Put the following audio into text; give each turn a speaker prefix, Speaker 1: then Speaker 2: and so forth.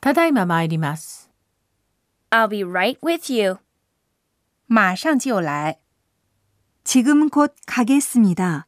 Speaker 1: ただいま参ります。
Speaker 2: I'll be right with you.
Speaker 3: 马上就来。
Speaker 4: 지금 곧 가겠습니다.